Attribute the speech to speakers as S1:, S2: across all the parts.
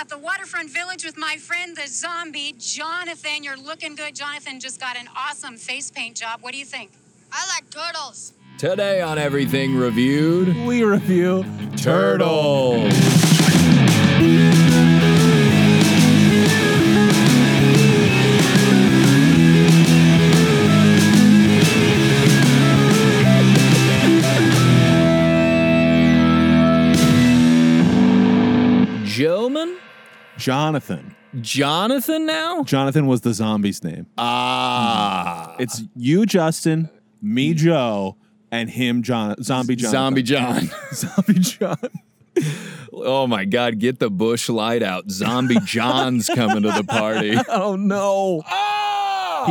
S1: at the waterfront village with my friend, the zombie, Jonathan. You're looking good. Jonathan just got an awesome face paint job. What do you think?
S2: I like turtles.
S3: Today on Everything Reviewed,
S4: We review
S3: Turtles. Gentlemen,
S4: Jonathan.
S3: Jonathan now?
S4: Jonathan was the zombie's name.
S3: Ah.
S4: It's you, Justin, me, Joe, and him, John, zombie John.
S3: Zombie John.
S4: zombie John.
S3: Oh my God, get the bush light out. Zombie John's coming to the party.
S4: Oh no!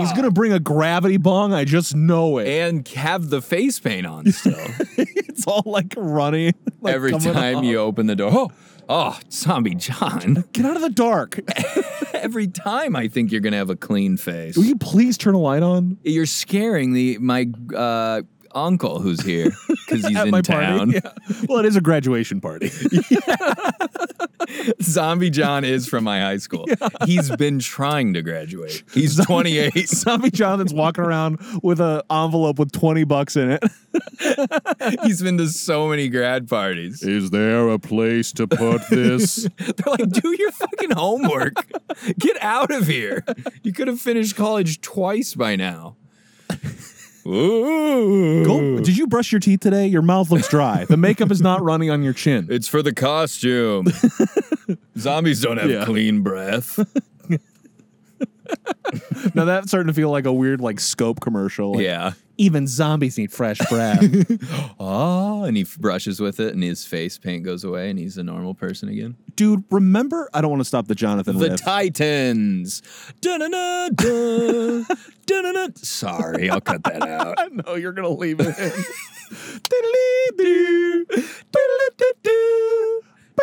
S4: He's gonna bring a gravity bong. I just know it.
S3: And have the face paint on still.
S4: It's all like running. like,
S3: Every
S4: coming
S3: time
S4: up.
S3: you open the door. Oh, oh, Zombie John.
S4: get out of the dark,
S3: Every time I think you're going to have a clean face.
S4: will you please turn a light on?
S3: You're scaring the my uh, uncle who's here because he's
S4: At
S3: in
S4: my
S3: town.
S4: party. Yeah. Well, it is a graduation party.
S3: Zombie John is from my high school. He's been trying to graduate. He's 28.
S4: zombie Jonathan's walking around with an envelope with twenty bucks in it.
S3: He's been to so many grad parties.
S4: Is there a place to put this?
S3: They're like, do your fucking homework. Get out of here. You could have finished college twice by now. Ooh.
S4: Go, did you brush your teeth today? Your mouth looks dry. The makeup is not running on your chin.
S3: It's for the costume. Zombies don't have
S4: Yeah.
S3: clean breath.
S4: Now that's starting to feel like a weird like scope commercial. Like,
S3: yeah.
S4: Even zombies need fresh breath.
S3: Oh, and he f- brushes with it, and his face paint goes away, and he's a normal person again.
S4: Dude, remember? I don't want to stop the Jonathan
S3: The
S4: riff.
S3: Titans. Dun-dun-dun, dun. Dun-dun-dun. Sorry, I'll cut that out.
S4: I know you're gonna leave it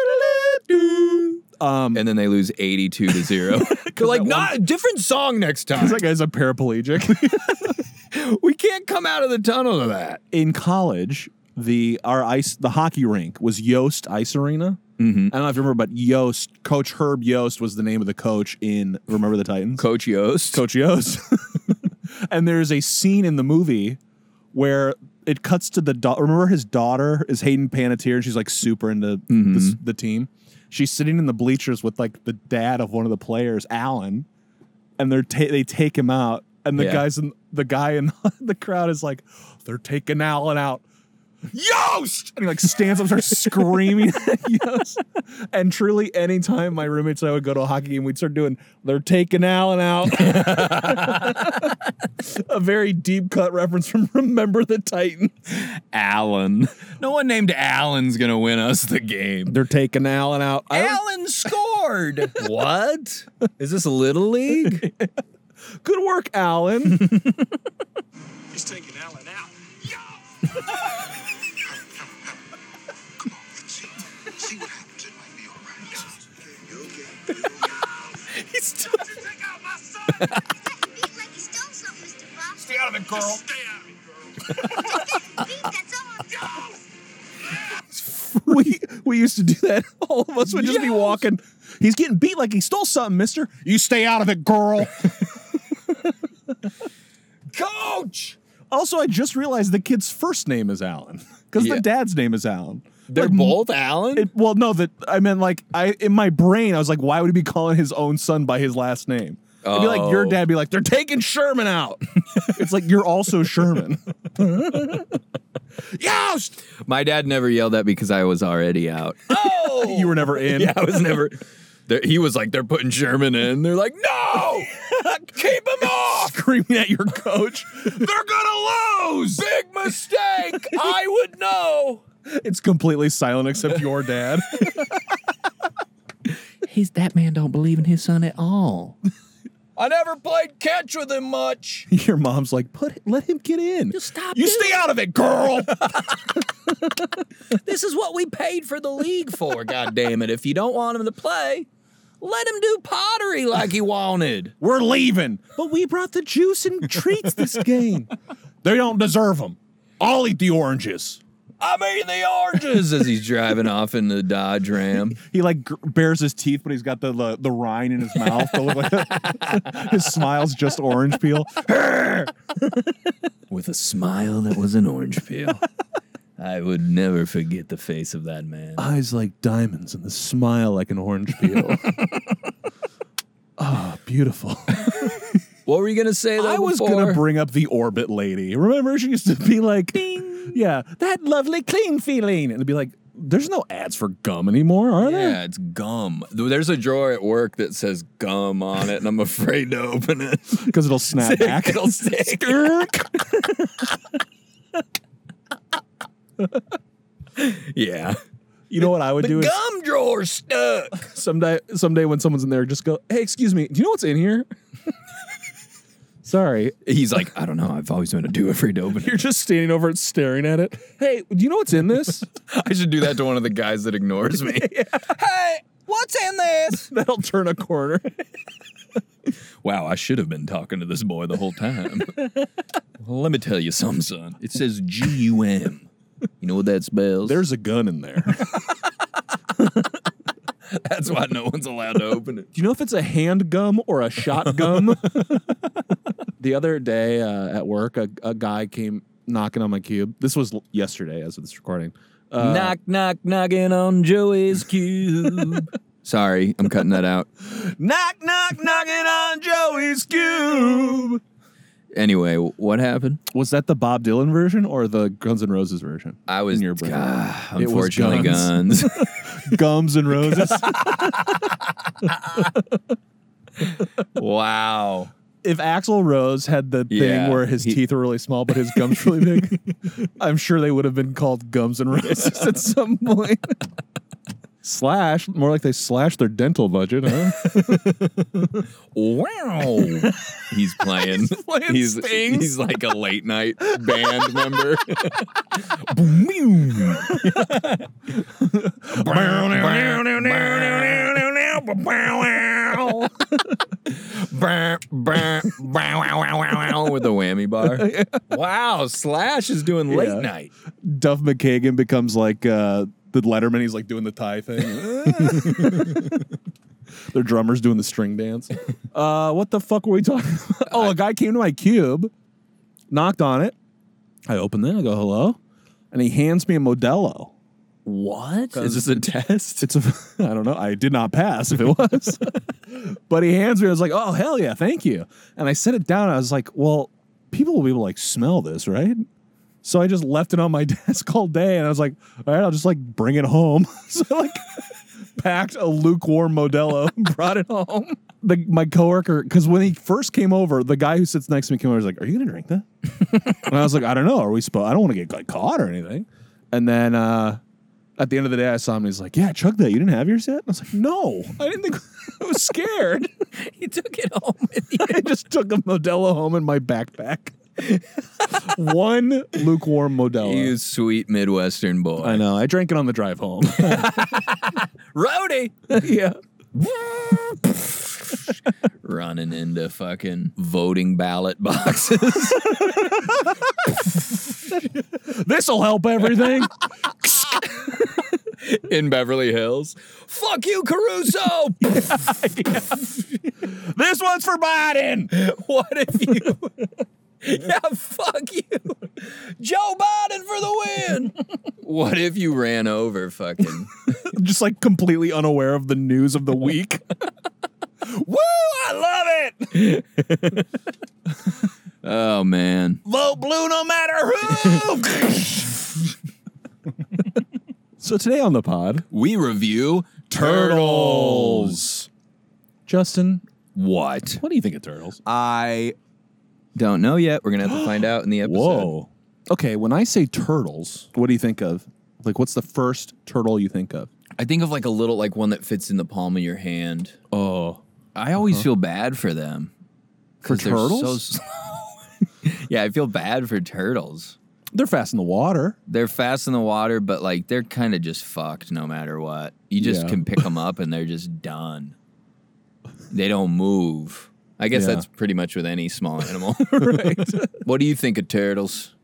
S4: in. um,
S3: and then they lose 82 to 0. They're like,
S4: that
S3: not a different song next time.
S4: because that guy's a paraplegic.
S3: we can't come out of the tunnel to that.
S4: in college, the our ice the hockey rink was Yost Ice Arena.
S3: Mhm.
S4: I don't know if you remember, but Yost, Coach Herb Yost was the name of the coach in Remember the Titans.
S3: Coach Yost.
S4: Coach Yost. and there's a scene in the movie where it cuts to the daughter. Remember his daughter is Hayden Panettiere, and she's like super into this, the team. She's sitting in the bleachers with like the dad of one of the players, Alan, and they're ta- they take him out, and the
S3: Yeah.
S4: guys in the guy in the crowd is like, they're taking Alan out.
S3: Yost!
S4: And he like stands up, and starts screaming. yes. And truly, anytime my roommates and I would go to a hockey game, we'd start doing, they're taking Allen out. a very deep cut reference from Remember the Titan.
S3: Allen. No one named Allen's going to win us the game.
S4: They're taking Allen out. I don't-
S3: Allen scored. what? Is this Little League?
S4: Good work, Allen.
S5: Just taking Alan out.
S6: Come on, let's see. See what happens. It might be all right. You're okay. You're okay.
S3: He's t-
S5: Take out my son!
S2: Beat like you stole something, Mr. Bob.
S5: Stay out of it, girl! Stay out of it, girl!
S2: Beat, that's all.
S4: we we used to do that. All of us would just be walking. He's getting beat like he stole something, mister. You stay out of it, girl.
S3: Coach!
S4: also, I just realized the kid's first name is Allen because
S3: Yeah.
S4: the dad's name is Allen.
S3: They're
S4: Like,
S3: both Allen?
S4: It, well, no, that I meant like I in my brain I was like, why would he be calling his own son by his last name? It'd be like your
S3: Oh.
S4: dad be like, they're taking Sherman out. it's like you're also Sherman.
S3: Yost! My dad never yelled that because I was already out. Oh!
S4: you were never in.
S3: Yeah, I was never. there- He was like, they're putting Sherman in. They're like, no, keep him off.
S4: Screaming at your coach.
S3: They're gonna lose. Big mistake. I would know.
S4: It's completely silent except your dad.
S3: He's that man. Don't believe in his son at all. I never played catch with him much.
S4: your mom's like, put let him get in.
S3: stop.
S4: You stay out of it, girl.
S3: This is what we paid for the league for. God damn it! If you don't want him to play, let him do pottery like he wanted.
S4: We're leaving. But we brought the juice and treats this game. they don't deserve them. I'll eat the oranges.
S3: I'm eating the oranges as he's driving off in the Dodge Ram.
S4: He like gr- bares his teeth, but he's got the the, the rind in his mouth. to look like- his smile's just orange peel.
S3: With a smile that was an orange peel. I would never forget the face of that man.
S4: Eyes like diamonds and the smile like an orange peel. Ah, beautiful.
S3: What were you gonna say? Though,
S4: I was
S3: before?
S4: gonna bring up the orbit lady. Remember, she used to be like, "Yeah, that lovely clean feeling," and it'd be like, "There's no ads for gum anymore, are there?"
S3: Yeah, it's gum. Th- There's a drawer at work that says gum on it, and I'm afraid to open it.
S4: Because it'll snap back.
S3: It'll stick. yeah.
S4: you know what I would
S3: The
S4: do is
S3: gum drawer stuck.
S4: someday, someday when someone's in there, just go, "Hey, excuse me, do you know what's in here?" Sorry,
S3: He's like, I don't know. I've always been a do afraid to open
S4: you're
S3: it.
S4: just standing over it, staring at it. Hey, do you know what's in this?
S3: I should do that to one of the guys that ignores me. Hey, what's in this?
S4: That'll turn a corner.
S3: Wow, I should have been talking to this boy the whole time. Let me tell you something, son. It says G U M. You know what that spells?
S4: There's a gun in there. do
S3: That's why no one's allowed to open it.
S4: you know if it's a hand gum or a shot gum? the other day uh, at work, a, a guy came knocking on my cube. This was l- yesterday, as of this recording. Uh,
S3: knock, knock, knocking on Joey's cube. Sorry, I'm cutting that out.
S4: knock, knock, knocking on Joey's cube.
S3: Anyway, what happened?
S4: Was that the Bob Dylan version or the Guns N' Roses version?
S3: I was
S4: In your brain.
S3: Ah,
S4: It was
S3: unfortunately guns.
S4: guns. Gums and roses.
S3: wow.
S4: if Axl Rose had the thing
S3: Yeah,
S4: where his
S3: he-
S4: teeth were really small but his gums really big, I'm sure they would have been called gums and roses at some point. slash, more like they slashed their dental budget, huh?
S3: Wow. He's playing. he's
S4: playing
S3: he's,
S4: Sting.
S3: like a late night band member. With the whammy bar. Wow, Slash is doing late
S4: Yeah.
S3: night.
S4: Duff McKagan becomes like uh, the Letterman. He's like doing the tie thing. Their drummer's doing the string dance. Uh, what the fuck were we talking about? Oh, a guy came to my cube, knocked on it. I opened it. I go, hello. And he hands me a Modelo.
S3: What? Is this a test?
S4: It's a, I don't know. I did not pass if it was. but he hands me, I was like, oh, hell yeah, thank you. And I set it down. I was like, well, people will be able to like smell this, right? So I just left it on my desk all day. And I was like, all right, I'll just like bring it home. so I like packed a lukewarm Modelo and brought it home. The, my coworker, because when he first came over, the guy who sits next to me came over. was like, "Are you gonna drink that?" and I was like, "I don't know. Are we supposed? I don't want to get like, caught or anything." And then uh, at the end of the day, I saw him. and He's like, "Yeah, chug that. You didn't have yours yet." And I was like, "No, I didn't think. I was scared.
S3: You took it home with you.
S4: I just took a Modelo home in my backpack. One lukewarm Modelo.
S3: You sweet Midwestern boy.
S4: I know. I drank it on the drive home.
S3: Roadie!
S4: yeah,
S3: Running into fucking voting ballot boxes.
S4: this will help everything.
S3: in Beverly Hills. Fuck you, Caruso!
S4: this one's for Biden.
S3: what if you. yeah, fuck you. Joe Biden for the win! what if you ran over fucking.
S4: just like completely unaware of the news of the week.
S3: Woo! I love it! oh, man.
S4: Vote blue no matter who. so today on the pod,
S3: We review
S4: Justin,
S3: What?
S4: what do you think of turtles?
S3: I don't know yet. We're gonna have to find out in the episode.
S4: Whoa. Okay, when I say turtles, what do you think of? Like, what's the first turtle you think of?
S3: I think of like a little like one that fits in the palm of your hand.
S4: Oh,
S3: I always feel bad for them.
S4: for
S3: 'cause they're
S4: turtles,
S3: so slow. yeah, I feel bad for turtles.
S4: they're fast in the water.
S3: They're fast in the water, but like they're kind of just fucked no matter what. You just
S4: Yeah.
S3: can pick them up and they're just done. They don't move. I guess
S4: Yeah.
S3: that's pretty much with any small animal. what do you think of turtles?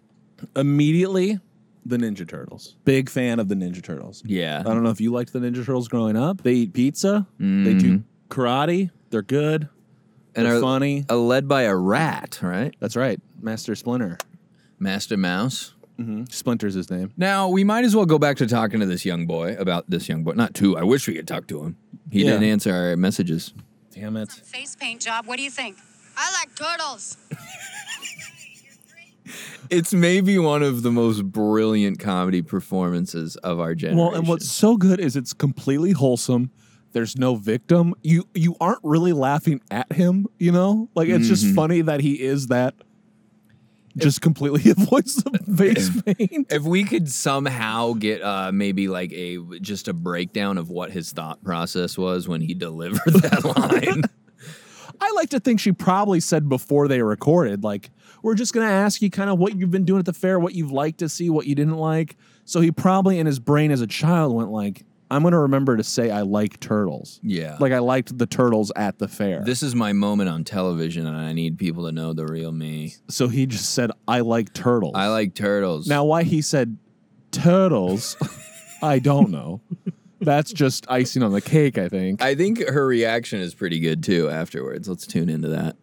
S4: Immediately, the Ninja Turtles. Big fan of the Ninja Turtles.
S3: Yeah.
S4: I don't know if you liked the Ninja Turtles growing up. They eat pizza. They do karate. They're good.
S3: and
S4: they're
S3: are
S4: funny.
S3: are led by a rat, right?
S4: That's right. Master Splinter.
S3: Master Mouse.
S4: Splinter's his name.
S3: Now we might as well go back to talking to this young boy about this young boy. Not two. I wish we could talk to him. He
S4: Yeah.
S3: didn't answer our messages.
S4: Damn it.
S1: Face paint job. What do you think?
S2: I like turtles.
S3: It's maybe one of the most brilliant comedy performances of our generation.
S4: Well, and what's so good is it's completely wholesome. There's no victim. You you aren't really laughing at him, you know? Like it's just funny that he is that just completely avoids the face paint.
S3: if we could somehow get uh, maybe like a just a breakdown of what his thought process was when he delivered that line.
S4: I like to think she probably said before they recorded, like, we're just gonna ask you kind of what you've been doing at the fair, what you've liked to see, what you didn't like. So he probably in his brain as a child went like, I'm gonna remember to say I like turtles.
S3: Yeah.
S4: Like I liked the turtles at the fair.
S3: This is my moment on television, and I need people to know the real me.
S4: so he just said, I like turtles.
S3: I like turtles.
S4: Now, why he said turtles, I don't know. That's just icing on the cake, I think.
S3: I think her reaction is pretty good too. Afterwards, let's tune into that.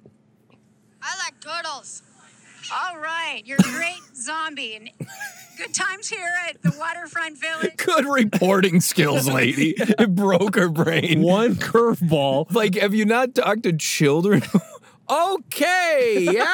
S2: I like turtles.
S1: All right, you're a great zombie. And good times here at the waterfront village.
S3: Good reporting skills, lady. It broke her brain.
S4: One curveball.
S3: Like, have you not talked to children? okay. Yep.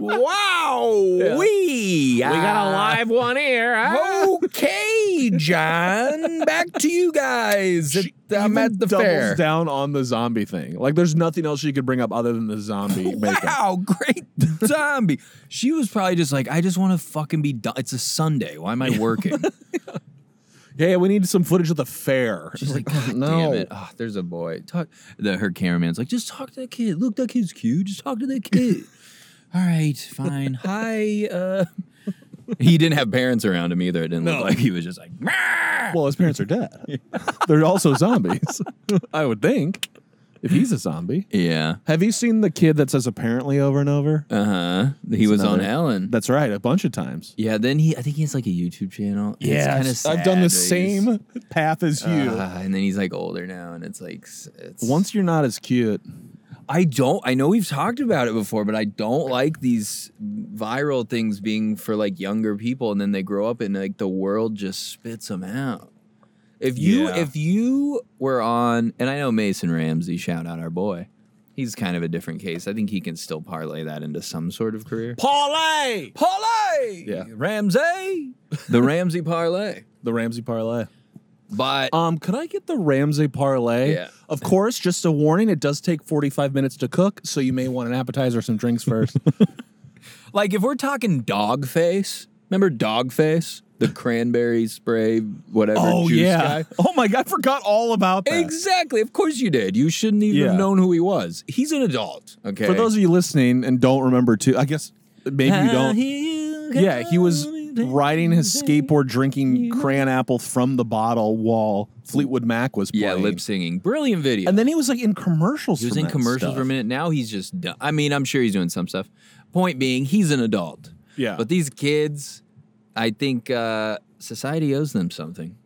S3: wow. We.
S4: We got a live one here.
S3: Ah.
S4: Huh?
S3: Uh, Okay, John. Back to you guys.
S4: She
S3: I'm
S4: even
S3: at the
S4: doubles
S3: fair.
S4: down on the zombie thing. Like, there's nothing else you could bring up other than the zombie makeup.
S3: Wow, great zombie. She was probably just like, I just want to fucking be done. It's a Sunday. Why am I working?
S4: Yeah, we need some footage of the fair.
S3: She's like, God damn it. Ah, there's a boy. Talk. The, her cameraman's like, just talk to that kid. Look, that kid's cute. Just talk to that kid. All right, fine. Hi. Uh. He didn't have parents around him either. It didn't
S4: No.
S3: look like he was just like, "Rah!"
S4: Well, his parents are dead. They're also zombies, I would think, if he's a zombie.
S3: yeah.
S4: Have you seen the kid that says apparently over and over?
S3: Uh huh. He was on
S4: another-
S3: Ellen.
S4: That's right, a bunch of times.
S3: yeah. Then he, I think he has like a YouTube channel. and it's kinda
S4: I've done the
S3: sad that he's-
S4: same path as you.
S3: Ah, and then he's like older now, and it's like s- it's
S4: Once you're not as cute,
S3: I don't. I know we've talked about it before, but I don't like these viral things being for like younger people, and then they grow up and like the world just spits them out. If you
S4: Yeah.
S3: if you were on, and I know Mason Ramsey, shout out our boy. He's kind of a different case. I think he can still parlay that into some sort of career.
S4: parlay
S3: Parlay,
S4: Yeah.
S3: Ramsey, the Ramsey parlay.
S4: the Ramsey parlay.
S3: But
S4: Um, could I get the Ramsey parlay?
S3: Yeah.
S4: Of course, just a warning: it does take 45 minutes to cook, so you may want an appetizer, or some drinks first.
S3: Like if we're talking dog face, remember dog face? The cranberry spray, whatever juice guy?
S4: Oh my god, I forgot all about that.
S3: Exactly. Of course you did. You shouldn't even
S4: Yeah.
S3: have known who he was. He's an adult. Okay.
S4: For those of you listening and don't remember too, I guess maybe you don't. Yeah, he was riding his skateboard, drinking crayon apple from the bottle while Fleetwood Mac was playing.
S3: Yeah, lip singing. Brilliant video.
S4: And then he was like in commercials.
S3: he was
S4: for
S3: in
S4: that
S3: commercials
S4: stuff.
S3: for a minute. Now he's just done. I mean, I'm sure he's doing some stuff. Point being, he's an adult.
S4: Yeah.
S3: But these kids, I think uh, society owes them something.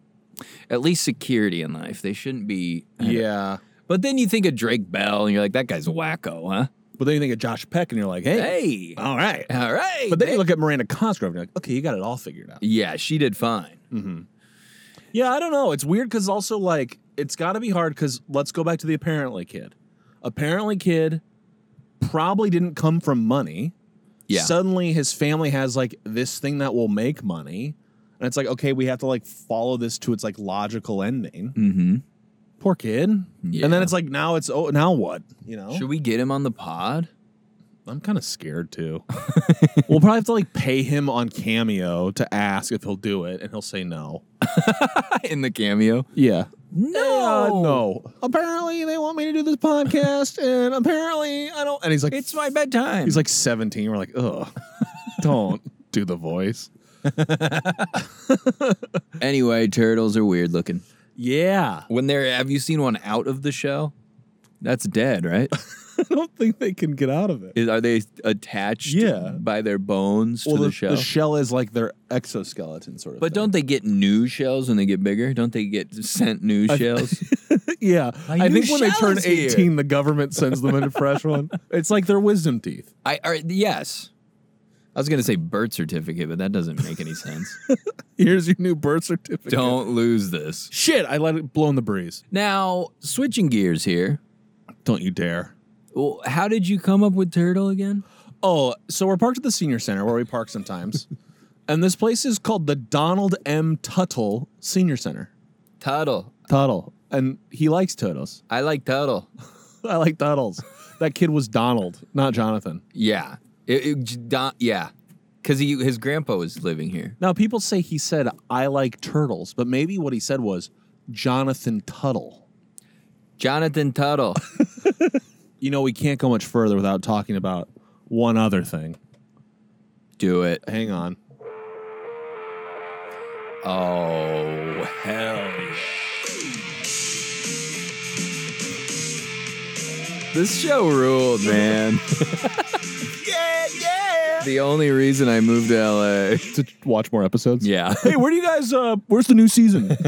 S3: At least security in life. They shouldn't be
S4: yeah.
S3: But then you think of Drake Bell and you're like, that guy's wacko, huh?
S4: But then you think of Josh Peck and you're like, hey,
S3: Hey.
S4: all right.
S3: All right.
S4: But then you look at Miranda Cosgrove and you're like, okay, you got it all figured out.
S3: yeah, she did fine.
S4: Yeah, I don't know. It's weird because also, like, it's got to be hard because let's go back to the apparently kid. Apparently, kid probably didn't come from money.
S3: Yeah.
S4: Suddenly, his family has like this thing that will make money. And it's like, okay, we have to like follow this to its like logical ending.
S3: mm-hmm.
S4: Poor kid. And
S3: Yeah.
S4: then it's like, now it's, oh, now what? You know?
S3: Should we get him on the pod?
S4: I'm kind of scared too. we'll probably have to like pay him on Cameo to ask if he'll do it, and he'll say no.
S3: In the cameo?
S4: Yeah.
S3: No.
S4: no. Apparently, they want me to do this podcast, and apparently, I don't. And he's like,
S3: It's my bedtime.
S4: he's like 17. We're like, ugh, don't do the voice.
S3: anyway, turtles are weird looking.
S4: Yeah.
S3: When they're have you seen one out of the shell? That's dead, right?
S4: I don't think they can get out of it.
S3: Is, are they attached
S4: Yeah.
S3: by their bones to the, shell?
S4: is like their exoskeleton sort of.
S3: but don't they get new shells when they get bigger? Don't they get sent new shells?
S4: don't. Yeah, I
S3: new
S4: think when they
S3: shell
S4: turn
S3: is here.
S4: eighteen, the government sends them in a fresh one. It's like their wisdom teeth.
S3: I are, yes. I was gonna say birth certificate, but that doesn't make any sense.
S4: Here's your new birth certificate.
S3: Don't lose this.
S4: Shit! I let it blow in the breeze.
S3: Now switching gears here.
S4: Don't you dare.
S3: Well, how did you come up with turtle again?
S4: Oh, so we're parked at the senior center where we park sometimes, and this place is called the Donald M. Tuttle Senior Center.
S3: Tuttle.
S4: Tuttle, and he likes turtles.
S3: I like turtle.
S4: I like turtles. That kid was Donald, not Jonathan.
S3: Yeah. It, it, j- Don, yeah. Because he his grandpa was living here.
S4: Now, people say he said, I like turtles, but maybe what he said was Jonathan Tuttle.
S3: Jonathan Tuttle.
S4: You know, we can't go much further without talking about one other thing.
S3: Do it.
S4: Hang on.
S3: Oh hell. yeah. This show ruled, man. yeah, yeah. The only reason I moved to LA.
S4: To watch more episodes?
S3: Yeah.
S4: Hey, where do you guys, uh, where's the new season?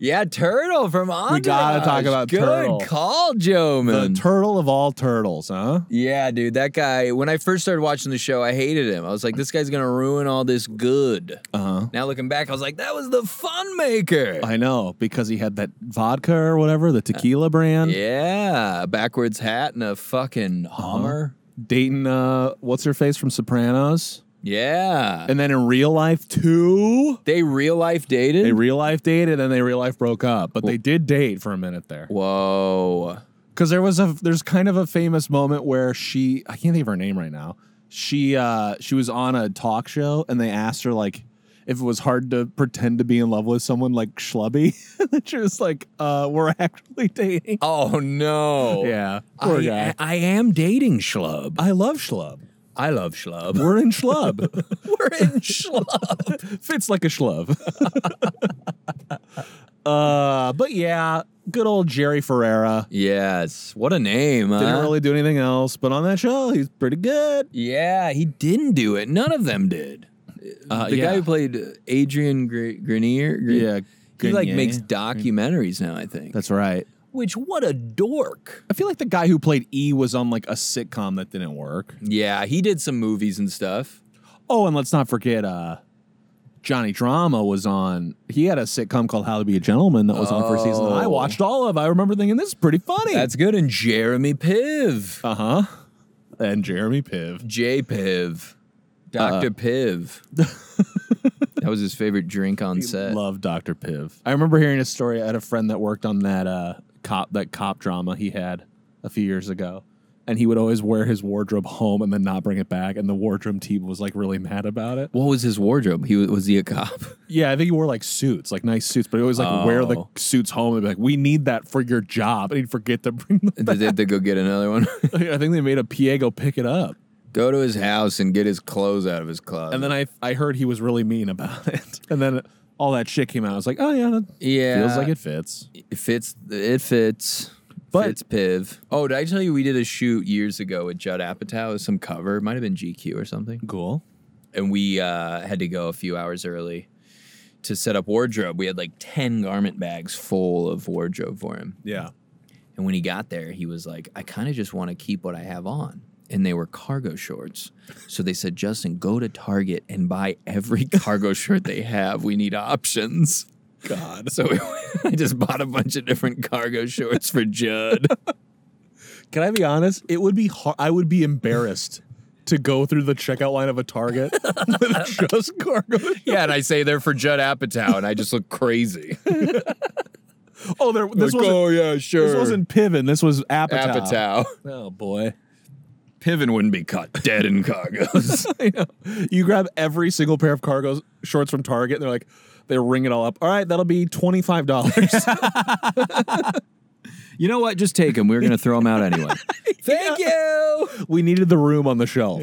S3: Yeah, Turtle from Entourage.
S4: gotta talk about
S3: Good
S4: Turtle.
S3: call, Joe,
S4: the
S3: man.
S4: turtle of all turtles, huh?
S3: yeah, dude, that guy. When I first started watching the show, I hated him. I was like, this guy's gonna ruin all this good.
S4: Uh huh.
S3: Now looking back, I was like, that was the fun maker.
S4: I know, because he had that vodka or whatever, the tequila brand.
S3: yeah, a backwards hat and a fucking
S4: Uh-huh.
S3: Hummer.
S4: Dayton, uh, what's her face from Sopranos?
S3: Yeah,
S4: And then in real life, too.
S3: they real life dated.
S4: They real life dated and they real life broke up, but they did date for a minute there.
S3: Whoa.
S4: because there was a there's kind of a famous moment where she I can't think of her name right now. She uh she was on a talk show and they asked her like if it was hard to pretend to be in love with someone like schlubby. and she was like, uh, we're actually dating.
S3: Oh no.
S4: Yeah. Poor
S3: I,
S4: guy.
S3: I am dating Schlub.
S4: I love schlub.
S3: I love Schlub.
S4: We're in schlub.
S3: We're in Schlub.
S4: Fits like a schlub. uh but yeah, good old Jerry Ferrera.
S3: Yes. What a name.
S4: Didn't
S3: huh?
S4: really do anything else, but on that show, he's pretty good.
S3: Yeah, he didn't do it. None of them did.
S4: Uh,
S3: the
S4: yeah.
S3: guy who played Adrian Gre- Grenier, Gre- he like
S4: Grenier.
S3: makes documentaries now. I think.
S4: That's right.
S3: Which what a dork.
S4: I feel like the guy who played E was on like a sitcom that didn't work.
S3: Yeah, he did some movies and stuff.
S4: Oh, and let's not forget uh Johnny Drama was on. He had a sitcom called How to Be a Gentleman that was on for a season. that I
S3: Oh.
S4: watched all of. I remember thinking this is pretty funny.
S3: That's good. And Jeremy Piv,
S4: uh huh. And Jeremy Piv.
S3: J Piv,
S4: Uh.
S3: Doctor Piv. that was his favorite drink on set.
S4: Love Doctor Piv. I remember hearing a story. I had a friend that worked on that uh cop that cop drama he had a few years ago. And he would always wear his wardrobe home and then not bring it back. And the wardrobe team was like really mad about it.
S3: what was his wardrobe? He was, was he a cop?
S4: Yeah, I think he wore like suits, like nice suits, but he always like wear the
S3: Oh.
S4: suits home and be like, "We need that for your job," and he'd forget to bring them.
S3: did they have to go get another one?
S4: I think they made a PA go pick it up,
S3: go to his house and get his clothes out of his closet.
S4: and then I I heard he was really mean about it, and then all that shit came out. I was like, "Oh yeah, that
S3: yeah,
S4: feels like it fits."
S3: It fits. It fits.
S4: But-
S3: fits Piv. Oh, did I tell you we did a shoot years ago with Judd Apatow? It was some cover. It might have been GQ or something.
S4: Cool.
S3: And we uh, had to go a few hours early to set up wardrobe. We had like ten garment bags full of wardrobe for him.
S4: Yeah.
S3: And when he got there, he was like, "I kind of just want to keep what I have on." And they were cargo shorts. So they said, Justin, go to Target and buy every cargo shirt they have. We need options.
S4: God.
S3: So I just bought a bunch of different cargo shorts for Judd.
S4: Can I be honest? It would be hard. I would be embarrassed to go through the checkout line of a Target with just cargo.
S3: yeah, and I say they're for Judd Apatow, and I just look crazy.
S4: Oh, there. This
S3: Like,
S4: wasn't.
S3: yeah, sure.
S4: This wasn't Piven. This was Apatow.
S3: Apatow.
S4: Oh boy.
S3: Piven wouldn't be caught dead in cargos.
S4: I know. You grab every single pair of cargo shorts from Target, and they're like, they ring it all up. All right, that'll be twenty five dollars.
S3: you know what? Just take them. We were going to throw them out anyway. Thank you.
S4: we needed the room on the shelf.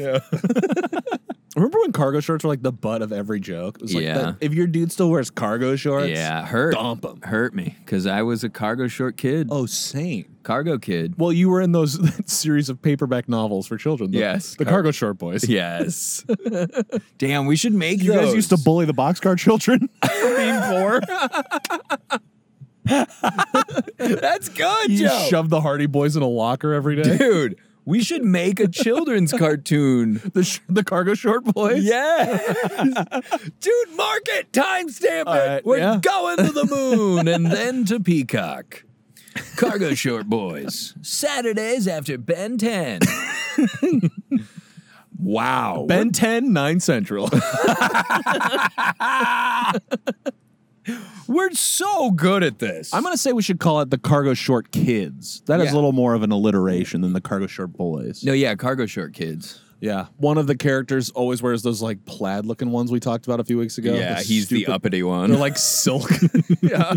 S4: Remember when cargo shorts were like the butt of every joke? It was like
S3: Yeah.
S4: that- if your dude still wears cargo shorts,
S3: yeah, hurt.
S4: dump 'em.
S3: Hurt me because I was a cargo short kid.
S4: Oh, same.
S3: Cargo kid.
S4: Well, you were in those that series of paperback novels for children. The,
S3: Yes,
S4: the
S3: car-
S4: cargo short boys.
S3: Yes. Damn, we should make
S4: You guys used to bully the boxcar children.
S3: being poor. That's good,
S4: you
S3: Joe.
S4: shoved the Hardy Boys in a locker every day.
S3: Dude, we should make a children's cartoon.
S4: The, sh- the cargo short boys.
S3: Yeah. Dude, mark it. Timestamp it.
S4: All right,
S3: We're
S4: yeah.
S3: going to the moon and then to Peacock. Cargo Short Boys. Saturdays after Ben 10. wow.
S4: Ben 10, 9 Central.
S3: we're so good at this.
S4: I'm going to say we should call it the cargo short kids. That is
S3: Yeah.
S4: a little more of an alliteration than the cargo short boys.
S3: No, yeah, Cargo Short Kids.
S4: Yeah. One of the characters always wears those like plaid looking ones we talked about a few weeks ago.
S3: yeah, he's
S4: stupid-
S3: the uppity one.
S4: They're like silk. yeah.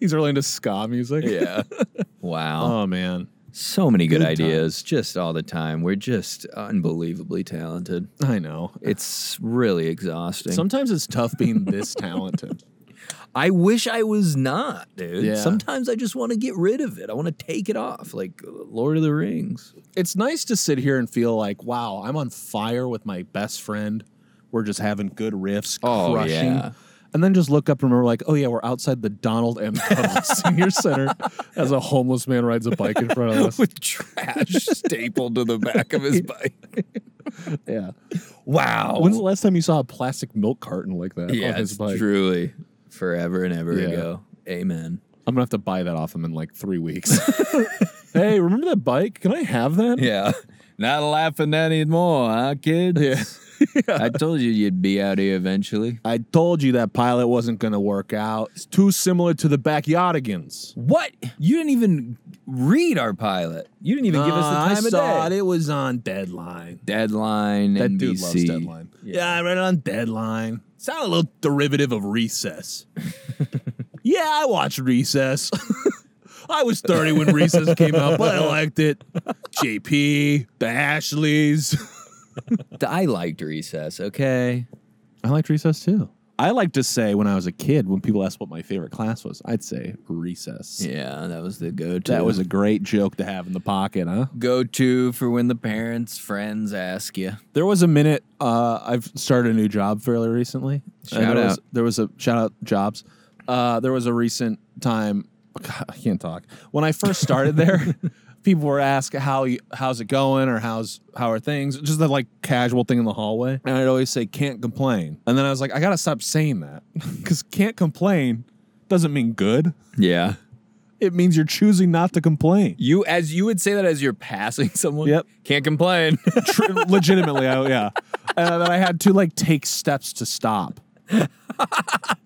S4: He's really into ska music.
S3: yeah. Wow.
S4: Oh, man.
S3: so many good,
S4: good
S3: ideas just all the time. We're just unbelievably talented.
S4: I know.
S3: It's really exhausting.
S4: Sometimes it's tough being this talented.
S3: I wish I was not, dude.
S4: Yeah.
S3: Sometimes I just want to get rid of it. I want to take it off, like uh, Lord of the Rings.
S4: It's nice to sit here and feel like, wow, I'm on fire with my best friend. We're just having good riffs,
S3: Oh,
S4: crushing.
S3: yeah.
S4: And then just look up and remember, like, oh, yeah, we're outside the Donald M. Tuttle Senior Center as a homeless man rides a bike in front of us.
S3: With trash stapled to the back of his bike.
S4: Yeah.
S3: Wow.
S4: Oh. When's the last time you saw a plastic milk carton like that
S3: yeah,
S4: on his
S3: it's
S4: bike?
S3: truly forever and ever
S4: Yeah.
S3: ago. Amen.
S4: I'm gonna have to buy that off him in like three weeks. hey, remember that bike? Can I have that?
S3: Yeah. Not laughing anymore, huh, kids?
S4: Yeah.
S3: I told you you'd be out here eventually.
S4: I told you that pilot wasn't gonna work out. It's too similar to the backyardigans.
S3: What? You didn't even read our pilot. You didn't even give us the
S4: Nah,
S3: time
S4: I
S3: of
S4: saw
S3: day.
S4: It. it was on Deadline.
S3: Deadline.
S4: That
S3: NBC.
S4: dude loves Deadline. Yeah. I read it on Deadline. Sound a little derivative of Recess. yeah, I watched Recess. I was 30 when Recess came out, but I liked it. JP, the Ashleys.
S3: I liked Recess. Okay.
S4: I liked recess too. I like to say when I was a kid, when people asked what my favorite class was, I'd say recess.
S3: Yeah, that was the go-to.
S4: That was a great joke to have in the pocket, huh?
S3: go-to for when the parents, friends ask you.
S4: There was a minute. Uh, I've started a new job fairly recently. And
S3: Shout
S4: there Was,
S3: out.
S4: there was a shout out jobs. Uh, there was a recent time. God, I can't talk. When I first started there, people were asking how you, how's it going or how's how are things. Just that like casual thing in the hallway, and I'd always say can't complain. And then I was like, I gotta stop saying that because can't complain doesn't mean good.
S3: Yeah.
S4: It means you're choosing not to complain.
S3: You as you would say that as you're passing someone.
S4: Yep.
S3: Can't complain.
S4: Tr- legitimately, I, yeah. And then I had to like take steps to stop.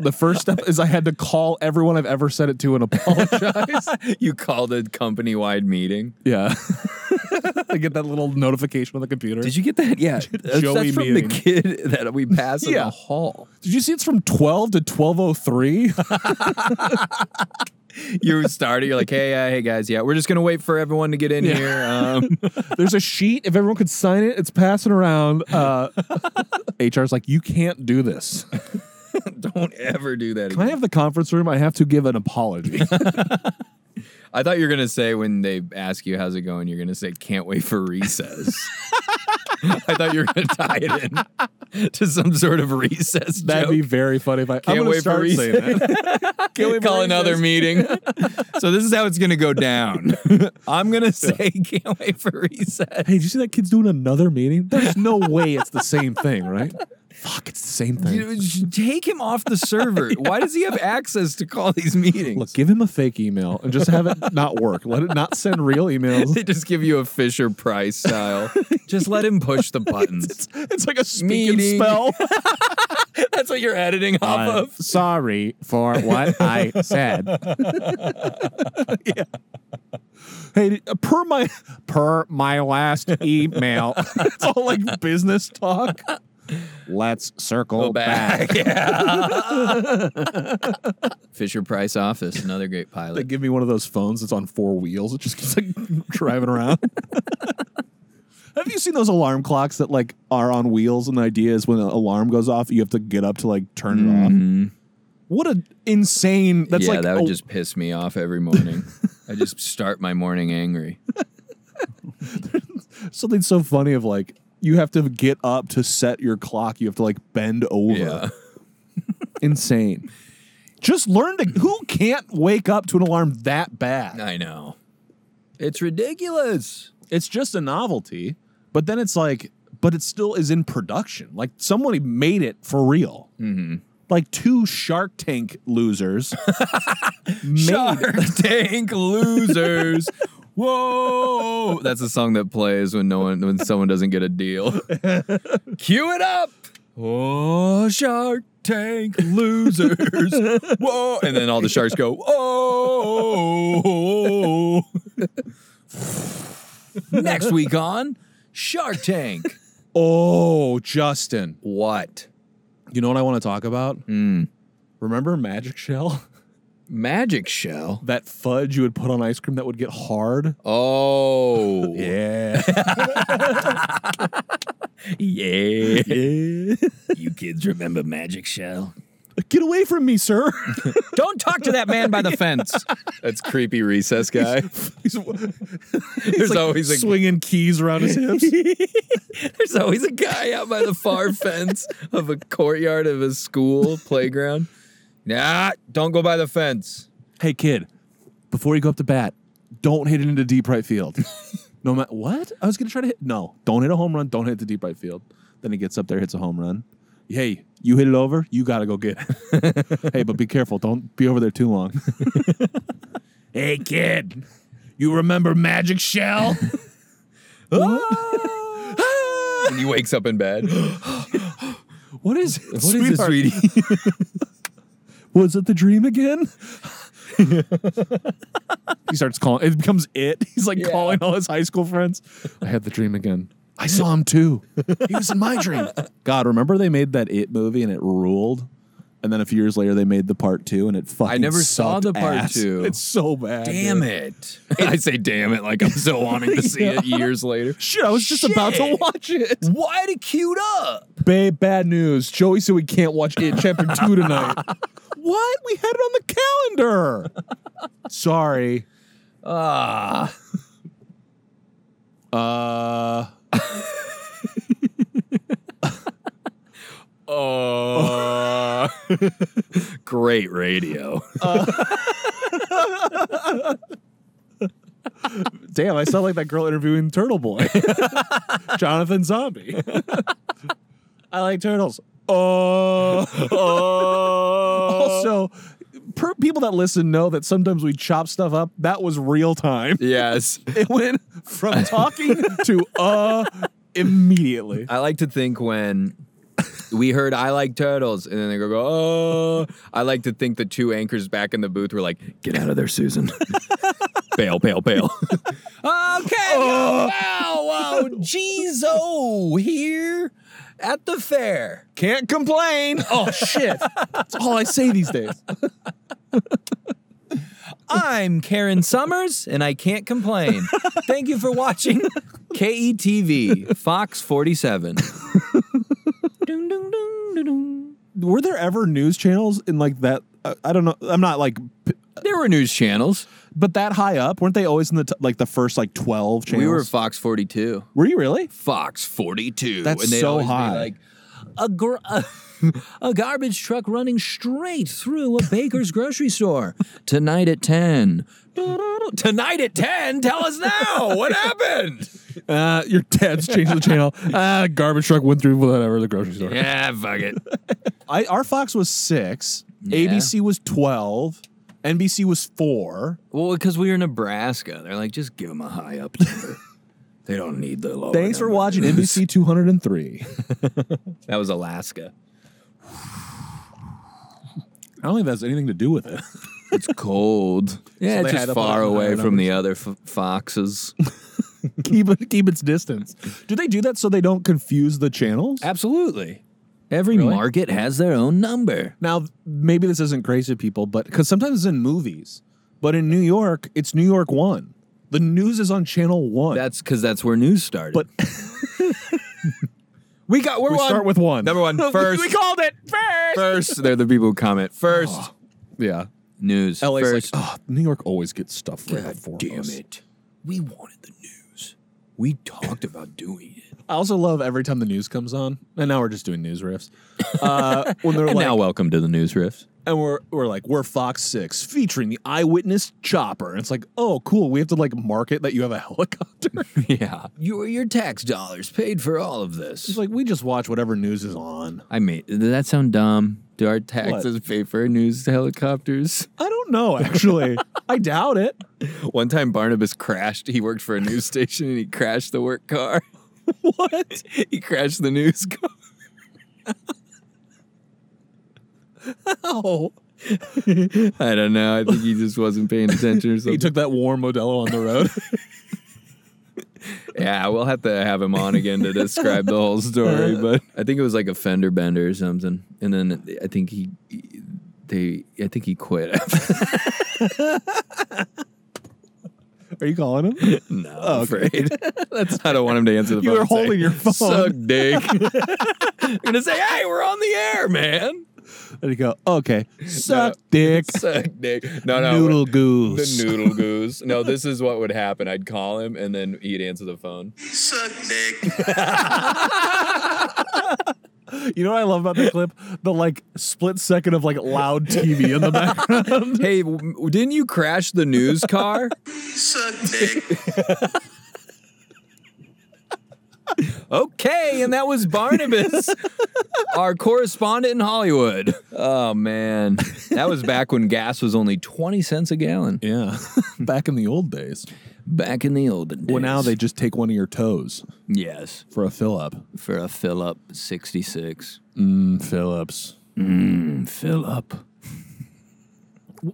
S4: The first step is I had to call everyone I've ever said it to and apologize.
S3: you called a company-wide meeting.
S4: yeah. I get that little notification on the computer.
S3: Did you get that? Yeah. That's
S4: Joey
S3: that's from
S4: meeting.
S3: the kid that we passed in
S4: Yeah.
S3: the hall.
S4: Did you see it's from 12 to 1203?
S3: you started. You're like, hey, uh, hey guys, yeah, we're just gonna wait for everyone to get in
S4: Yeah.
S3: here. Um,
S4: There's a sheet. If everyone could sign it, it's passing around. Uh, HR's like, you can't do this.
S3: don't ever do that.
S4: Can I
S3: Again.
S4: have the conference room? I have to give an apology.
S3: I thought you were gonna say when they ask you how's it going, you're gonna say can't wait for recess. I thought you were gonna tie it in to some sort of recess
S4: That'd
S3: joke.
S4: be very funny if I I'm
S3: Can't
S4: gonna
S3: wait for
S4: start saying
S3: recess.
S4: that. Can't wait for
S3: Call another
S4: recess.
S3: meeting. so this is how it's gonna go down. I'm gonna say can't wait for recess.
S4: Hey, did you see that kid's doing another meeting? There's no way it's the same thing, right? Fuck, it's the same thing.
S3: Dude, Take him off the server. Why does he have access to call these meetings?
S4: Look, give him a fake email and just have it not work. Let it not send real emails.
S3: They just give you a Fisher Price style. just let him push the buttons.
S4: It's like a speak
S3: Meeting.
S4: and spell.
S3: That's what you're editing off
S4: I'm
S3: of.
S4: sorry for what I said. Hey, did- uh, per my per my last email, it's all like business talk. Let's
S3: Go
S4: circle
S3: back. Fisher Price Office, another great
S4: They
S3: pilot.
S4: give me one of those phones that's on four wheels. It just keeps like driving around. Have you seen those alarm clocks that like are on wheels? And the idea is when an alarm goes off, you have to get up to like turn it off. What an insane! That's
S3: Mm-hmm. yeah,
S4: like oh,
S3: that would
S4: a-
S3: just piss me off every morning. I just start my morning angry.
S4: something so funny of like you have to get up to set your clock. You have to like bend over.
S3: Yeah.
S4: Insane. Just learn to. Who can't wake up to an alarm that bad?
S3: I know. It's ridiculous.
S4: it's just a novelty, but then it's like, but it still is in production. Like somebody made it for real.
S3: Mm-hmm.
S4: Like two Shark Tank losers made
S3: Shark Tank losers. Whoa! That's a song that plays when no one when someone doesn't get a deal. Cue it up. Oh, Shark Tank losers. Whoa! And then all the sharks go, "Oh!" Next week on Shark Tank.
S4: Oh, Justin,
S3: What?
S4: you know what I want to talk about?
S3: Mm.
S4: Remember Magic Shell?
S3: Magic shell.
S4: That fudge you would put on ice cream that would get hard?
S3: Oh.
S4: Yeah.
S3: Yeah.
S4: Get
S3: You kids remember Magic Shell?
S4: away from me, sir.
S3: Don't talk to that man by the fence. That's creepy recess guy.
S4: He's,
S3: There's always a
S4: swinging keys around his hips.
S3: there's always a guy out by the far fence of a courtyard of a school playground. Nah, don't go by the fence.
S4: hey kid, before you go up to bat, don't hit it into deep right field. no matter what, I was gonna try to hit. No, don't hit a home run. Don't hit the deep right field. Then he gets up there, hits a home run. Hey, you hit it over. You gotta go get it. hey, but be careful. Don't be over there too long. hey kid, you remember Magic Shell?
S3: And he wakes up in bed.
S4: what is
S3: What
S4: it?
S3: is this,
S4: sweetheart?
S3: sweetie?
S4: was it the dream again? he starts calling. It becomes it. He's like
S3: Yeah.
S4: calling all his high school friends. I had the dream again. I saw him too. He was in my dream. God, remember they made that it movie and it ruled. And then a few years later, they made the part two, and it fucking.
S3: never saw
S4: sucked
S3: the part
S4: ass.
S3: two.
S4: It's so bad.
S3: Damn
S4: dude.
S3: it. I say damn it like I'm so wanting to see it years later.
S4: Shit, I was just about to
S3: Shit.
S4: watch it.
S3: Why did it queued up?
S4: Babe, bad news. Joey said we can't watch it chapter two tonight. what? We had it on the calendar. Sorry.
S3: Ah.
S4: Uh.
S3: Uh, great radio.
S4: Damn, I sound like that girl interviewing Turtle Boy, Jonathan Zombie. I like turtles. Oh,
S3: Oh.
S4: also, per- people that listen know that sometimes we chop stuff up. That was real time.
S3: Yes.
S4: It went from talking to uh immediately.
S3: I like to think when we heard I like turtles and then they go, go, oh, I like to think the two anchors back in the booth were like, get out of there, Susan. bail, bail, bail. okay.
S4: Oh.
S3: Oh, Wow. Wow. Jeez. Oh, here at the fair.
S4: Can't complain. Oh shit! That's all I say these days.
S3: I'm Karen Summers, and I can't complain. Thank you for watching KETV Fox 47. Dun, dun, dun, dun, dun.
S4: Were there ever news channels in like that? I, I don't know. I'm not like p-
S3: There were news channels.
S4: But that high up, weren't they always in the t- like the first like twelve channels?
S3: We were Fox 42.
S4: Were you really?
S3: Fox 42.
S4: That's
S3: and they'd
S4: so
S3: always be
S4: high.
S3: like, a, gr- a, a garbage truck running straight through a baker's grocery store tonight at 10. Tonight at 10? Tell us now. What happened?
S4: Uh, your dad's changed the channel. Uh, garbage truck went through whatever the grocery store.
S3: Yeah, fuck it.
S4: I, our Fox was six. ABC was twelve. NBC was four.
S3: Well, because we were in Nebraska. They're like, just give them a high up number. they don't need the low.
S4: Thanks for watching NBC two hundred and three.
S3: That was Alaska.
S4: I don't think that's anything to do with it.
S3: It's cold. yeah,
S4: So
S3: it's
S4: they had
S3: just
S4: up on
S3: far
S4: the
S3: away
S4: higher
S3: from the other f- foxes.
S4: keep it keep its distance. Do they do that so they don't confuse the channels?
S3: Absolutely. Every market has their own number.
S4: Now, maybe this isn't crazy, people, but because sometimes it's in movies, but in New York, it's New York one. The news is on channel one.
S3: That's because that's where news started.
S4: But-
S3: we got we're
S4: we
S3: one.
S4: start with one.
S3: number one first.
S4: we called it first.
S3: first, Oh. they're the people who comment first.
S4: Yeah.
S3: News
S4: LA's
S3: first.
S4: like, oh, New York always gets stuff right before us."
S3: it! We wanted the news. We talked about doing it.
S4: I also love every time the news comes on, and now we're just doing news riffs. Uh, when they're
S3: And
S4: like,
S3: now, welcome to the news riffs.
S4: and we're we're like, we're Fox Six featuring the eyewitness chopper, and it's like, oh, cool. We have to like market that you have a helicopter.
S3: Yeah, your your tax dollars paid for all of this.
S4: it's like we just watch whatever news is on.
S3: I mean, did that sound dumb? Do our taxes pay for news helicopters?
S4: I don't know, actually. I doubt it.
S3: One time Barnabas crashed. He worked for a news station and he crashed the work car. What? he crashed the news car.
S4: Oh,
S3: I don't know. I think he just wasn't paying attention or something.
S4: he took that warm Modelo on the road.
S3: yeah, we'll have to have him on again to describe the whole story. But I think it was like a fender bender or something. And then I think he, they, I think he quit.
S4: Are you calling him?
S3: no, I'm afraid. That's I don't want him to answer the
S4: Oh, You
S3: phone.
S4: were holding your phone.
S3: Suck dick. I'm gonna say, hey, we're on the air, man.
S4: And you go, okay, suck dick,
S3: Suck dick. No, no.
S4: noodle goose.
S3: The noodle goose. No, this is what would happen. I'd call him and then he'd answer the phone.
S6: Suck dick.
S4: You know what I love about the clip? The like split second of like loud TV in the background.
S3: Hey, w- didn't you crash the news car?
S6: Suck dick.
S3: okay, and that was Barnabas, our correspondent in Hollywood. Oh man, that was back when gas was only twenty cents a gallon.
S4: Yeah, back in the old days.
S3: Back in the olden days.
S4: Well, now they just take one of your toes
S3: yes
S4: for a fill up. Mm,
S3: for a fill up sixty six.
S4: Phillips.
S3: Fill up.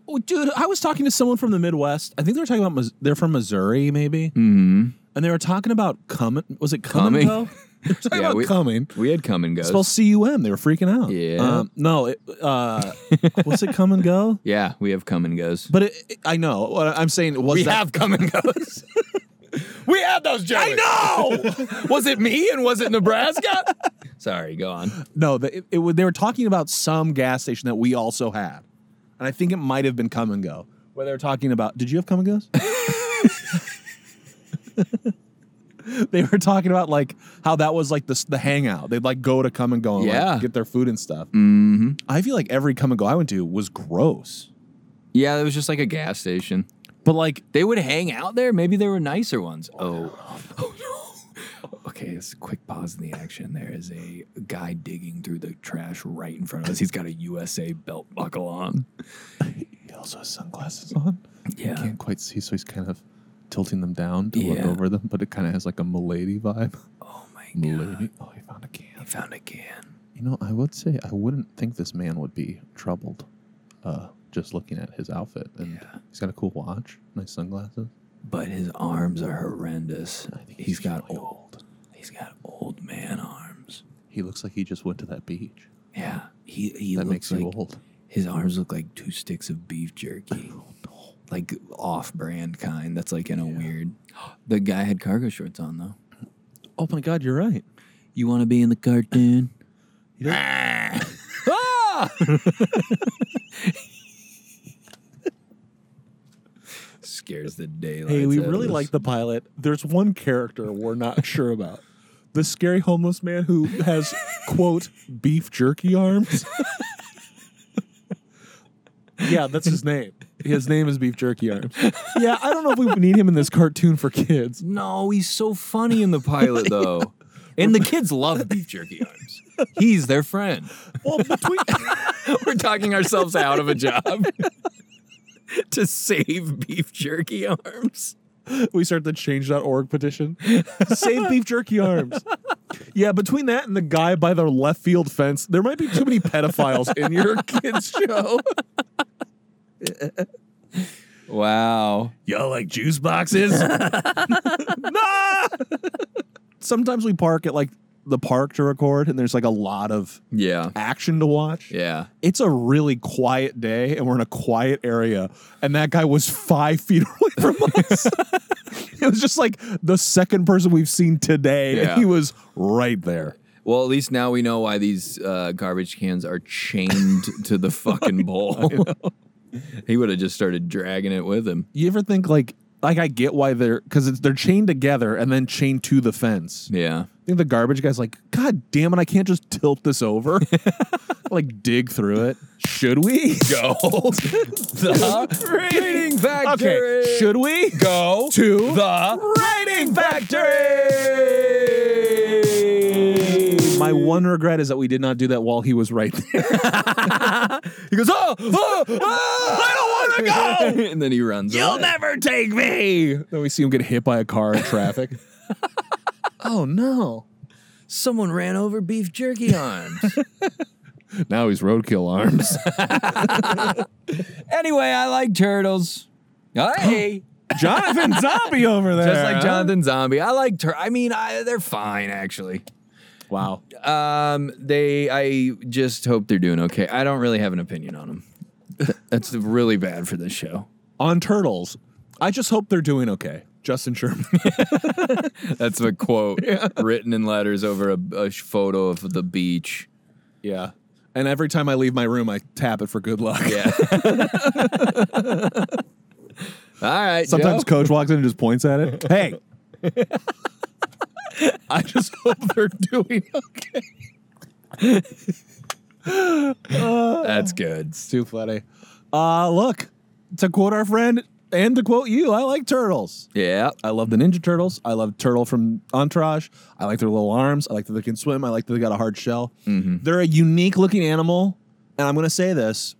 S4: Oh, Dude, I was talking to someone from the Midwest. I think they were talking about Mis- they're from Missouri, maybe. Mm-hmm. And they were talking about coming. Was it coming?
S3: Cumming?
S4: though? They were talking
S3: Yeah,
S4: about
S3: we-
S4: coming.
S3: We had come and go.
S4: Spell C U M. They were freaking out.
S3: Yeah.
S4: Um, no. It, uh, was it come and go?
S3: yeah, we have come and goes.
S4: But it, it- I know. What I'm saying was
S3: we
S4: that
S3: have come and goes. we had those jokes. I know. was it me and was it Nebraska? Sorry, go on.
S4: No, the, it, it, was- they were talking about some gas station that we also had, and I think it might have been Come and Go, where they were talking about. Did you have Come and Goes? they were talking about like how that was like the s- the hangout. They'd like go to Come and Go and like,
S3: Yeah.
S4: get their food and stuff. I feel like every Come and Go I went to was gross,
S3: Yeah, it was just like a gas station.
S4: but like
S3: They would hang out there. Maybe there were nicer ones. Oh, oh no. Okay, it's a quick pause in the action. There is a guy digging through the trash right in front of us. He's got a USA belt buckle on.
S4: he also has sunglasses on. I
S3: Yeah.
S4: can't quite see, so he's kind of tilting them down to look
S3: Yeah.
S4: over them, but it kind of has like a Milady vibe.
S3: Oh my god.
S4: Milady. Oh, he found a can.
S3: He found a can.
S4: You know, I would say I wouldn't think this man would be troubled uh, just looking at his outfit. And
S3: Yeah.
S4: he's got a cool watch, nice sunglasses.
S3: But his arms are horrendous.
S4: I think
S3: he's got
S4: really
S3: old he's got old man arms.
S4: He looks like he just went to that beach.
S3: Yeah. He he
S4: that
S3: looks
S4: makes
S3: like
S4: you old.
S3: his arms look like two sticks of beef jerky.
S4: Oh,
S3: Like off brand kind that's like in a weird the guy had cargo shorts on though.
S4: Oh my God, you're right.
S3: You want to be in the cartoon? Ah! Scares the daylight.
S4: Hey, we really like the pilot. There's one character we're not sure about. The scary homeless man who has, quote, beef jerky arms. yeah, that's his name. His name is Beef Jerky Arms. Yeah, I don't know if we need him in this cartoon for kids.
S3: No, he's so funny in the pilot though, and the kids love beef jerky arms. He's their friend.
S4: Well, between
S3: We're talking ourselves out of a job to save beef jerky arms.
S4: we start the change.org petition. Save beef jerky arms. Yeah, between that and the guy by the left field fence, there might be too many pedophiles in your kids' show.
S3: Wow.
S4: Y'all like juice boxes? Nah! Sometimes we park at like the park to record and there's like a lot of
S3: Yeah.
S4: action to watch.
S3: Yeah.
S4: It's a really quiet day and we're in a quiet area and that guy was five feet away from us.
S2: it was just like the second person we've seen today.
S3: Yeah.
S2: And he was right there.
S3: Well, at least now we know why these uh, garbage cans are chained to the fucking bowl. he would have just started dragging it with him.
S2: You ever think like like I get why they're because they're chained together and then chained to the fence.
S3: Yeah.
S2: I think the garbage guy's like, God damn it, I can't just tilt this over. like dig through it. Should we? Go.
S3: The rating factory.
S2: okay. Should we?
S3: go
S2: to
S3: the
S2: Rating Factory. My one regret is that we did not do that while he was right there.
S3: He goes, oh, oh, oh
S2: I don't wanna
S3: and then he runs. away.
S2: never take me. Then we see him get hit by a car in traffic. oh no.
S3: Someone ran over beef jerky arms.
S2: Now he's roadkill arms.
S3: anyway, I like turtles. Hey,
S2: Jonathan Zombie over there.
S3: just like Jonathan Zombie, I like tur. I mean, I, they're fine actually.
S2: Wow.
S3: Um, they. I just hope they're doing okay. I don't really have an opinion on them. That's really bad for this show.
S2: On turtles. I just hope they're doing okay. Justin Sherman.
S3: That's a quote written in letters over a, a sh- photo of the beach.
S2: yeah. And every time I leave my room, I tap it for good luck.
S3: Yeah. All right.
S2: Sometimes
S3: Joe.
S2: coach walks in and just points at it. Hey. I just hope they're doing okay.
S3: that's good.
S2: Too funny. Uh look, to quote our friend and to quote you, I like turtles.
S3: Yeah.
S2: I love the Ninja Turtles. I love Turtle from Entourage. I like their little arms. I like that they can swim. I like that they got a hard shell.
S3: Mm-hmm.
S2: They're a unique looking animal. And I'm going to say this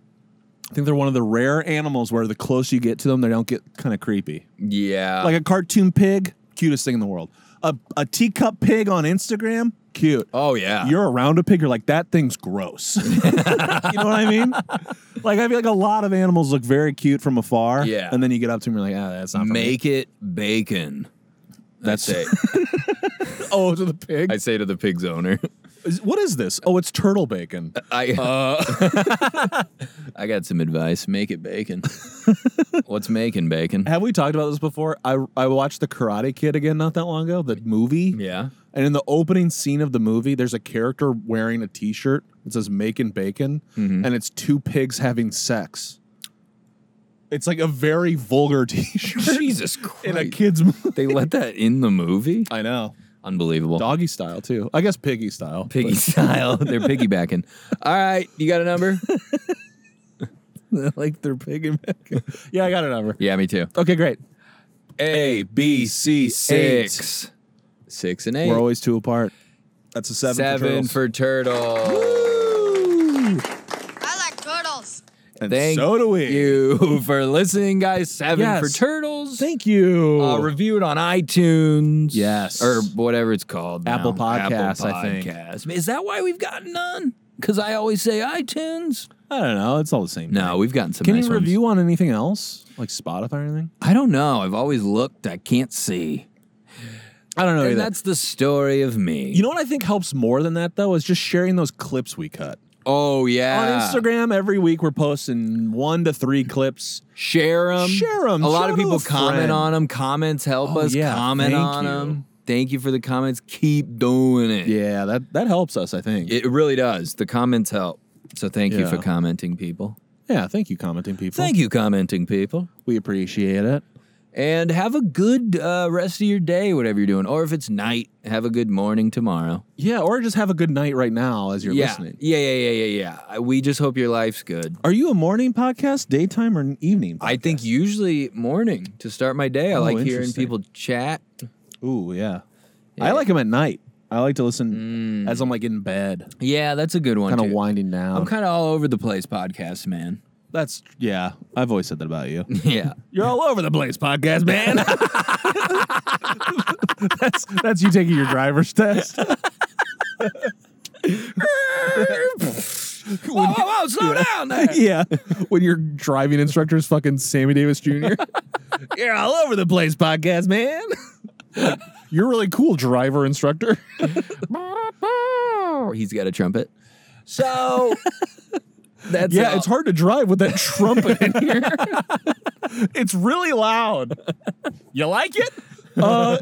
S2: I think they're one of the rare animals where the closer you get to them, they don't get kind of creepy.
S3: Yeah.
S2: Like a cartoon pig, cutest thing in the world. A, a teacup pig on Instagram, cute.
S3: oh yeah.
S2: You're around a pig, you're like, that thing's gross. you know what I mean? Like, I feel like a lot of animals look very cute from afar.
S3: Yeah.
S2: And then you get up to them, you're like, ah, that's not for me.
S3: Make it bacon. That's it.
S2: Oh, to the pig.
S3: I say to the pig's owner.
S2: Is- What is this? Oh, it's turtle bacon.
S3: I
S2: Uh,
S3: I got some advice. Make it bacon. What's making bacon?
S2: Have we talked about this before? I I watched The Karate Kid again not that long ago, the movie.
S3: Yeah.
S2: And in the opening scene of the movie, there's a character wearing a t-shirt that says "Making Bacon,"
S3: Mm-hmm.
S2: and it's two pigs having sex. It's like a very vulgar t-shirt
S3: Jesus
S2: in a
S3: Christ.
S2: kid's movie.
S3: They let that in the movie?
S2: I know.
S3: Unbelievable.
S2: Doggy style too. I guess piggy style. but-
S3: Piggy style. They're piggybacking. All right. You got a number?
S2: like they're pigging bacon. yeah, I got it over.
S3: Yeah, me too.
S2: Okay, great.
S3: A, B, C, six. Six and 8
S2: We're always two apart. That's a seven.
S3: Seven
S2: for turtles.
S3: for turtle.
S1: I like turtles.
S2: and
S3: Thank
S2: so do we.
S3: you for listening, guys. Seven
S2: Yes.
S3: for turtles.
S2: Thank you.
S3: uh, review it on iTunes.
S2: Yes.
S3: Or whatever it's called. now.
S2: Apple Podcasts, I think.
S3: Podcasts. Is that why we've gotten none? Because I always say iTunes.
S2: I don't know. It's all the same.
S3: No, we've gotten some
S2: Can
S3: nice
S2: you
S3: ones.
S2: review on anything else, like Spotify or anything?
S3: I don't know. I've always looked. I can't see.
S2: I don't know.
S3: And
S2: either.
S3: that's the story of me.
S2: you know what I think helps more than that though is just sharing those clips we cut
S3: oh,
S2: on
S3: yeah.
S2: Instagram. Every week we're posting one to three clips.
S3: Share them.
S2: Share 'em.
S3: A lot
S2: Show
S3: of
S2: to
S3: people
S2: a
S3: comment
S2: friend.
S3: on them. Comments help
S2: Oh,
S3: us.
S2: yeah.
S3: Comment
S2: Thank
S3: on
S2: you.
S3: them. Thank you for the comments. Keep doing it.
S2: Yeah, that that helps us. I think.
S3: It really does. The comments help. So thank you for
S2: Yeah.
S3: commenting, people.
S2: yeah. Thank you, commenting people.
S3: Thank you, commenting people.
S2: We appreciate it.
S3: And have a good uh, rest of your day, whatever you're doing. Or if it's night, have a good morning tomorrow.
S2: Yeah, or just have a good night right now as you're
S3: yeah.
S2: listening.
S3: yeah, yeah, yeah, yeah, yeah. I- We just hope your life's good.
S2: Are you a morning podcast, daytime, or an evening?
S3: I think usually morning to start my day. I
S2: Oh,
S3: like hearing
S2: interesting.
S3: people chat.
S2: Ooh, yeah. Mm.
S3: Yeah.
S2: I like them at night. I like to listen as I'm like in bed,
S3: Yeah, that's a good one.
S2: kind of
S3: too.
S2: winding down.
S3: I'm kind of all over the place, podcast man.
S2: That's yeah. I've always said that about you.
S3: Yeah.
S2: You're all over the place, podcast man. that's that's you taking your driver's test.
S3: whoa, whoa, whoa! Oh, Slow down there.
S2: yeah, when your driving instructor is fucking Sammy Davis Jr. You're all over the place, podcast man. Like, You're really cool, driver instructor.
S3: He's got a trumpet. So that's
S2: yeah,
S3: all.
S2: it's hard to drive with that trumpet in here. it's really loud. You like it? Uh,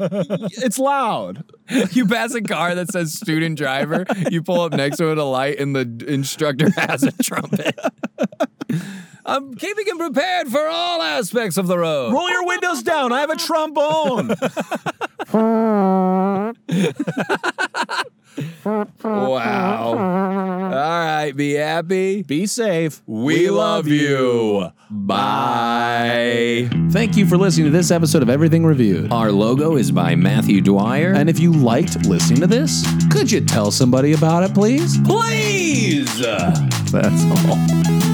S2: it's loud.
S3: you pass a car that says student driver, you pull up next to it a light, and the d- instructor has a trumpet. I'm keeping him prepared for all aspects of the road.
S2: Roll your windows down. I have a trombone.
S3: Wow. All right, be happy.
S2: Be safe.
S3: We love you. Bye.
S2: Thank you for listening to this episode of Everything Reviewed.
S3: Our logo is by Matthew Dwyer.
S2: And if you liked listening to this, could you tell somebody about it, please?
S3: please.
S2: That's all.